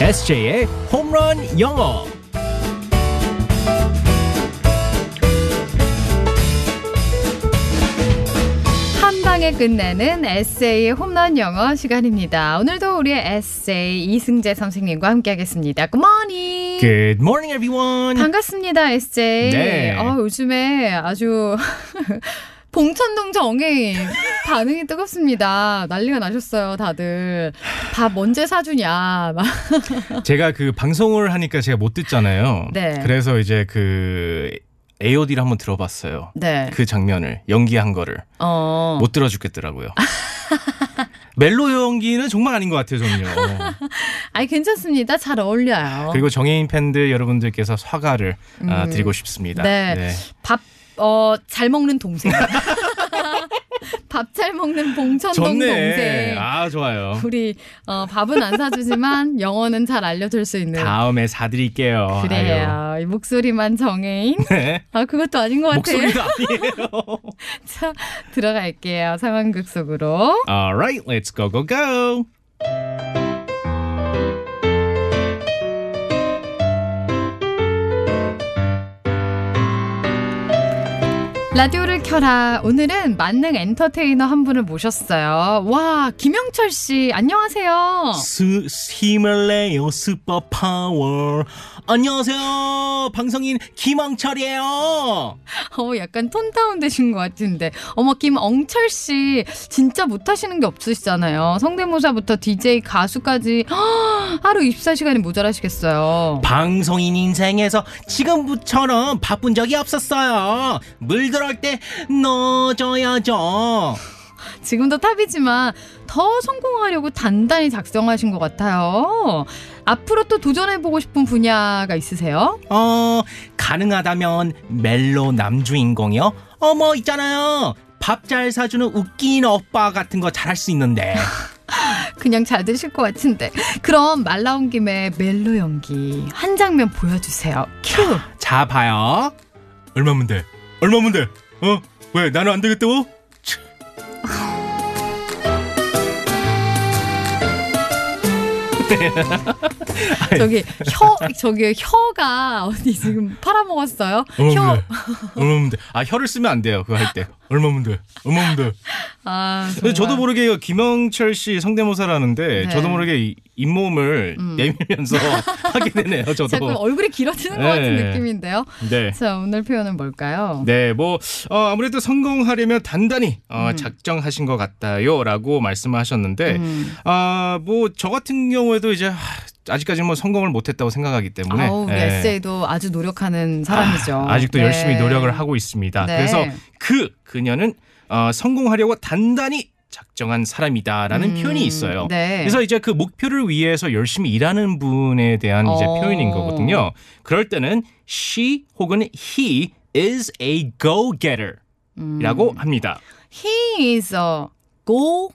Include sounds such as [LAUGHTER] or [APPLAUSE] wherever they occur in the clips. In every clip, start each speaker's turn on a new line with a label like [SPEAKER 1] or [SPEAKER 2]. [SPEAKER 1] SJ의 홈런 영어.
[SPEAKER 2] 한 방에 끝내는 에세이 홈런 영어 시간입니다. 오늘도 우리의 에세이 이승재 선생님과 함께하겠습니다. Good morning.
[SPEAKER 1] Good morning, everyone.
[SPEAKER 2] 반갑습니다, 에세이.
[SPEAKER 1] 네.
[SPEAKER 2] 아, 요즘에 아주 [LAUGHS] 봉천동 정해인 반응이 뜨겁습니다. 난리가 나셨어요, 다들. 밥 언제 사주냐. 막.
[SPEAKER 3] 제가 그 방송을 하니까 제가 못 듣잖아요.
[SPEAKER 2] [LAUGHS] 네.
[SPEAKER 3] 그래서 이제 그 AOD를 한번 들어봤어요.
[SPEAKER 2] 네.
[SPEAKER 3] 그 장면을 연기한 거를
[SPEAKER 2] 어.
[SPEAKER 3] 못 들어
[SPEAKER 2] [LAUGHS]
[SPEAKER 3] 죽겠더라고요. 멜로 연기는 정말 아닌 것 같아요, 저는요.
[SPEAKER 2] 어. 아니, 괜찮습니다. 잘 어울려요.
[SPEAKER 3] 그리고 정혜인 팬들 여러분들께서 사과를 아, 드리고 싶습니다.
[SPEAKER 2] 음. 네.
[SPEAKER 3] 네.
[SPEAKER 2] 밥, 어, 잘 먹는 동생. [LAUGHS] 밥 잘 먹는 봉천동
[SPEAKER 3] 좋네.
[SPEAKER 2] 동생.
[SPEAKER 3] 아, 좋아요.
[SPEAKER 2] 우리 어, 밥은
[SPEAKER 3] [LAUGHS]
[SPEAKER 2] 안 사주지만 영어는 잘 알려줄 수 있는.
[SPEAKER 3] 다음에 사드릴게요. 아유.
[SPEAKER 2] 네.
[SPEAKER 3] [LAUGHS] 네.
[SPEAKER 2] 그래요. 이 목소리만 정해인. 아 그것도 아닌 것 같아요.
[SPEAKER 3] 목소리도 아니에요.
[SPEAKER 2] 자 [LAUGHS] 들어갈게요. 상황극 속으로.
[SPEAKER 3] Alright, let's go, go, go.
[SPEAKER 2] 라디오를 켜라. 오늘은 만능 엔터테이너 한 분을 모셨어요. 와 김영철 씨 안녕하세요.
[SPEAKER 3] 수, 힘을 내요 슈퍼 파워 안녕하세요 방송인 김왕철이에요
[SPEAKER 2] 어 약간 톤 다운 되신 것 같은데. 어머 김엉철 씨 진짜 못하시는 게 없으시잖아요. 성대모사부터 DJ 가수까지 [GASPS] 헉, 하루 24시간이 모자라시겠어요.
[SPEAKER 3] 방송인 인생에서 지금처럼 바쁜 적이 없었어요 물 들어올 때 넣어줘야죠
[SPEAKER 2] 지금도 탑이지만 더 성공하려고 단단히 작성하신 것 같아요. 앞으로 또 도전해보고 싶은 분야가 있으세요?
[SPEAKER 3] 어 가능하다면 멜로 남주인공이요 어머 있잖아요 밥 잘 사주는 웃긴 오빠 같은 거 잘할 수 있는데
[SPEAKER 2] 그냥 잘 되실 것 같은데. 그럼 말 나온 김에 멜로 연기 한 장면 보여주세요. 큐!
[SPEAKER 3] 자 봐요. 얼마면 돼? 얼마면 돼? 어? 왜 나는 안 되겠다고? 아, 네.
[SPEAKER 2] 저기 혀, 저기 혀가 어디 지금 팔아먹었어요? 혀.
[SPEAKER 3] 얼마면 돼? 아 혀를 쓰면 안 돼요. 그거 할 때. 얼마면 돼? 얼마면 돼?
[SPEAKER 2] 아,
[SPEAKER 3] 근데
[SPEAKER 2] 정말.
[SPEAKER 3] 저도 모르게 이거 김영철 씨 성대모사라는데
[SPEAKER 2] 네.
[SPEAKER 3] 저도 모르게 이- 잇몸을 내밀면서 하게 되네요. 저도.
[SPEAKER 2] 자꾸 얼굴이 길어지는 것 같은
[SPEAKER 3] 네.
[SPEAKER 2] 느낌인데요.
[SPEAKER 3] 네.
[SPEAKER 2] 자, 오늘 표현은 뭘까요?
[SPEAKER 3] 네, 뭐 어, 아무래도 성공하려면 단단히 어, 작정하신 것 같다요라고 말씀하셨는데 아, 뭐 저 같은 경우에도 이제 하, 아직까지는 뭐 성공을 못했다고 생각하기 때문에
[SPEAKER 2] 아우, 우리
[SPEAKER 3] 예.
[SPEAKER 2] 에세이도 아주 노력하는 사람이죠.
[SPEAKER 3] 아직도
[SPEAKER 2] 네.
[SPEAKER 3] 열심히 노력을 하고 있습니다.
[SPEAKER 2] 네.
[SPEAKER 3] 그래서 그 그녀는 어, 성공하려고 단단히 작정한 사람이다라는
[SPEAKER 2] 음,
[SPEAKER 3] 표현이 있어요.
[SPEAKER 2] 네.
[SPEAKER 3] 그래서 이제 그 목표를 위해서 열심히 일하는 분에 대한 이제
[SPEAKER 2] 어.
[SPEAKER 3] 표현인 거거든요. 그럴 때는 she 혹은 he is a go-getter.
[SPEAKER 2] 음.
[SPEAKER 3] 라고 합니다.
[SPEAKER 2] He is a go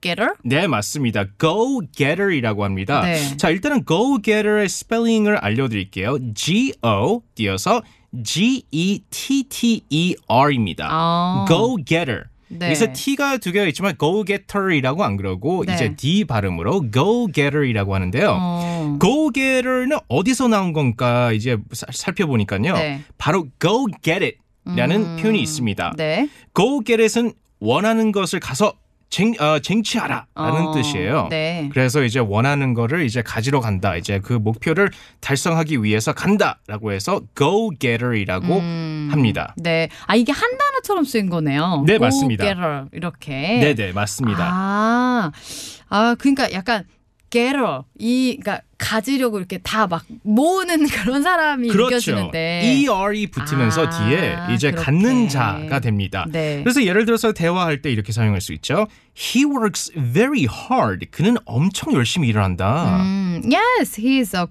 [SPEAKER 2] getter.
[SPEAKER 3] 네, 맞습니다. go getter이라고 합니다.
[SPEAKER 2] 네.
[SPEAKER 3] 자, 일단은 go getter의 스펠링을 알려 드릴게요. G O 띄어서 G E T T E R입니다.
[SPEAKER 2] 아.
[SPEAKER 3] go getter.
[SPEAKER 2] 네.
[SPEAKER 3] 여기서 T가 두 개가 있지만 go getter이라고 안 그러고
[SPEAKER 2] 네.
[SPEAKER 3] 이제 D 발음으로 go getter이라고 하는데요.
[SPEAKER 2] 어.
[SPEAKER 3] go getter는 어디서 나온 건가 이제 살펴보니까요.
[SPEAKER 2] 네.
[SPEAKER 3] 바로 go get it 라는
[SPEAKER 2] 음.
[SPEAKER 3] 표현이 있습니다.
[SPEAKER 2] 네.
[SPEAKER 3] go get it은 원하는 것을 가서 쟁, 어, 쟁취하라 라는
[SPEAKER 2] 어,
[SPEAKER 3] 뜻이에요.
[SPEAKER 2] 네.
[SPEAKER 3] 그래서 이제 원하는 거를 이제 가지러 간다. 이제 그 목표를 달성하기 위해서 간다 라고 해서 go getter이라고 합니다.
[SPEAKER 2] 네. 아 이게 한 단어처럼 쓰인 거네요.
[SPEAKER 3] 네,
[SPEAKER 2] go
[SPEAKER 3] 맞습니다.
[SPEAKER 2] getter 이렇게.
[SPEAKER 3] 네네, 맞습니다.
[SPEAKER 2] 아. 아, 그러니까 약간 getter 이 그러니까 가지려고 이렇게 다 막 모으는 [LAUGHS] 그런 사람이 느껴지는데.
[SPEAKER 3] 그렇죠. er이 붙으면서
[SPEAKER 2] 아,
[SPEAKER 3] 뒤에 이제
[SPEAKER 2] 그렇게.
[SPEAKER 3] 갖는 자가 됩니다.
[SPEAKER 2] 네.
[SPEAKER 3] 그래서 예를 들어서 대화할 때 이렇게 사용할 수 있죠. He works very hard. 그는 엄청 열심히 일을 한다.
[SPEAKER 2] 음, yes, he is a,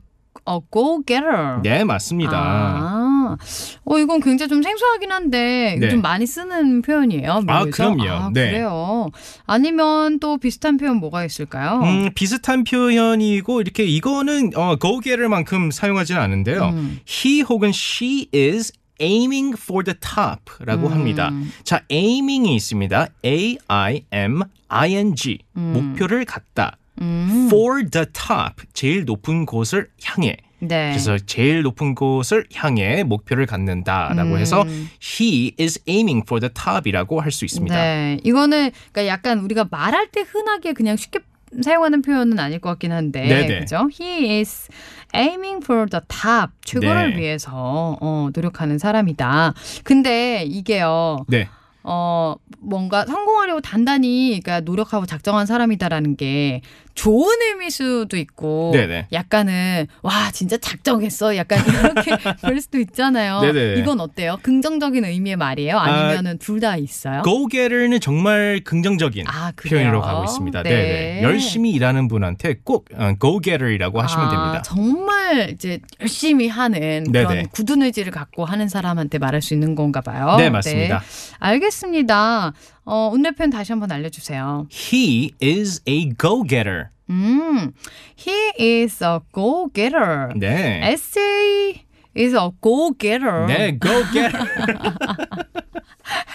[SPEAKER 2] a go getter.
[SPEAKER 3] 네, 맞습니다.
[SPEAKER 2] 아, 어 이건 굉장히 좀 생소하긴 한데
[SPEAKER 3] 네.
[SPEAKER 2] 요즘 많이 쓰는 표현이에요. 미국에서?
[SPEAKER 3] 아, 그럼요.
[SPEAKER 2] 아,
[SPEAKER 3] 네.
[SPEAKER 2] 그래요. 아니면 또 비슷한 표현 뭐가 있을까요?
[SPEAKER 3] 음, 비슷한 표현이고 이렇게 이거는 어, go getter만큼 사용하지는 않은데요.
[SPEAKER 2] 음.
[SPEAKER 3] he 혹은 she is aiming for the top라고
[SPEAKER 2] 음.
[SPEAKER 3] 합니다. 자, aiming이 있습니다. a i m i n g 목표를 갖다.
[SPEAKER 2] 음.
[SPEAKER 3] for the top 제일 높은 곳을 향해
[SPEAKER 2] 네.
[SPEAKER 3] 그래서 제일 높은 곳을 향해 목표를 갖는다라고
[SPEAKER 2] 음.
[SPEAKER 3] 해서 he is aiming for the top이라고 할 수 있습니다.
[SPEAKER 2] 네. 이거는 그러니까 약간 우리가 말할 때 흔하게 그냥 쉽게 사용하는 표현은 아닐 것 같긴 한데.
[SPEAKER 3] 네네.
[SPEAKER 2] 그죠? He is aiming for the top. 최고를
[SPEAKER 3] 네.
[SPEAKER 2] 위해서 어, 노력하는 사람이다. 근데 이게요.
[SPEAKER 3] 네.
[SPEAKER 2] 어, 뭔가 성공하려고 단단히 그러니까 노력하고 작정한 사람이다라는 게 좋은 의미일 수도 있고
[SPEAKER 3] 네네.
[SPEAKER 2] 약간은 와, 진짜 작정했어. 약간
[SPEAKER 3] [LAUGHS]
[SPEAKER 2] 이렇게 볼 수도 있잖아요.
[SPEAKER 3] 네네.
[SPEAKER 2] 이건 어때요? 긍정적인 의미의 말이에요? 아니면은 둘 다 있어요?
[SPEAKER 3] go getter는 정말 긍정적인
[SPEAKER 2] 아, 그래요?
[SPEAKER 3] 그 표현으로 가고 있습니다. 네. 네. 열심히 일하는 분한테 꼭 어, go getter이라고 하시면
[SPEAKER 2] 아,
[SPEAKER 3] 됩니다.
[SPEAKER 2] 정말 이제 열심히 하는 그런
[SPEAKER 3] 네네.
[SPEAKER 2] 굳은 의지를 갖고 하는 사람한테 말할 수 있는 건가 봐요.
[SPEAKER 3] 네, 맞습니다.
[SPEAKER 2] 네, 알겠습니다. 어, 오늘 표현 다시 한번 알려주세요.
[SPEAKER 3] He is a go getter.
[SPEAKER 2] 음, he is a go-getter.
[SPEAKER 3] 네.
[SPEAKER 2] SA is a go-getter.
[SPEAKER 3] 네,
[SPEAKER 2] [LAUGHS]
[SPEAKER 3] go getter.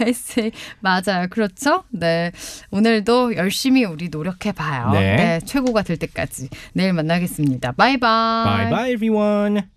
[SPEAKER 2] 에세이 맞아요. 그렇죠? 네. 오늘도 열심히 우리 노력해 봐요.
[SPEAKER 3] 네.
[SPEAKER 2] 최고가 될 때까지 내일 만나겠습니다. 바이바이. 아.
[SPEAKER 3] bye bye everyone.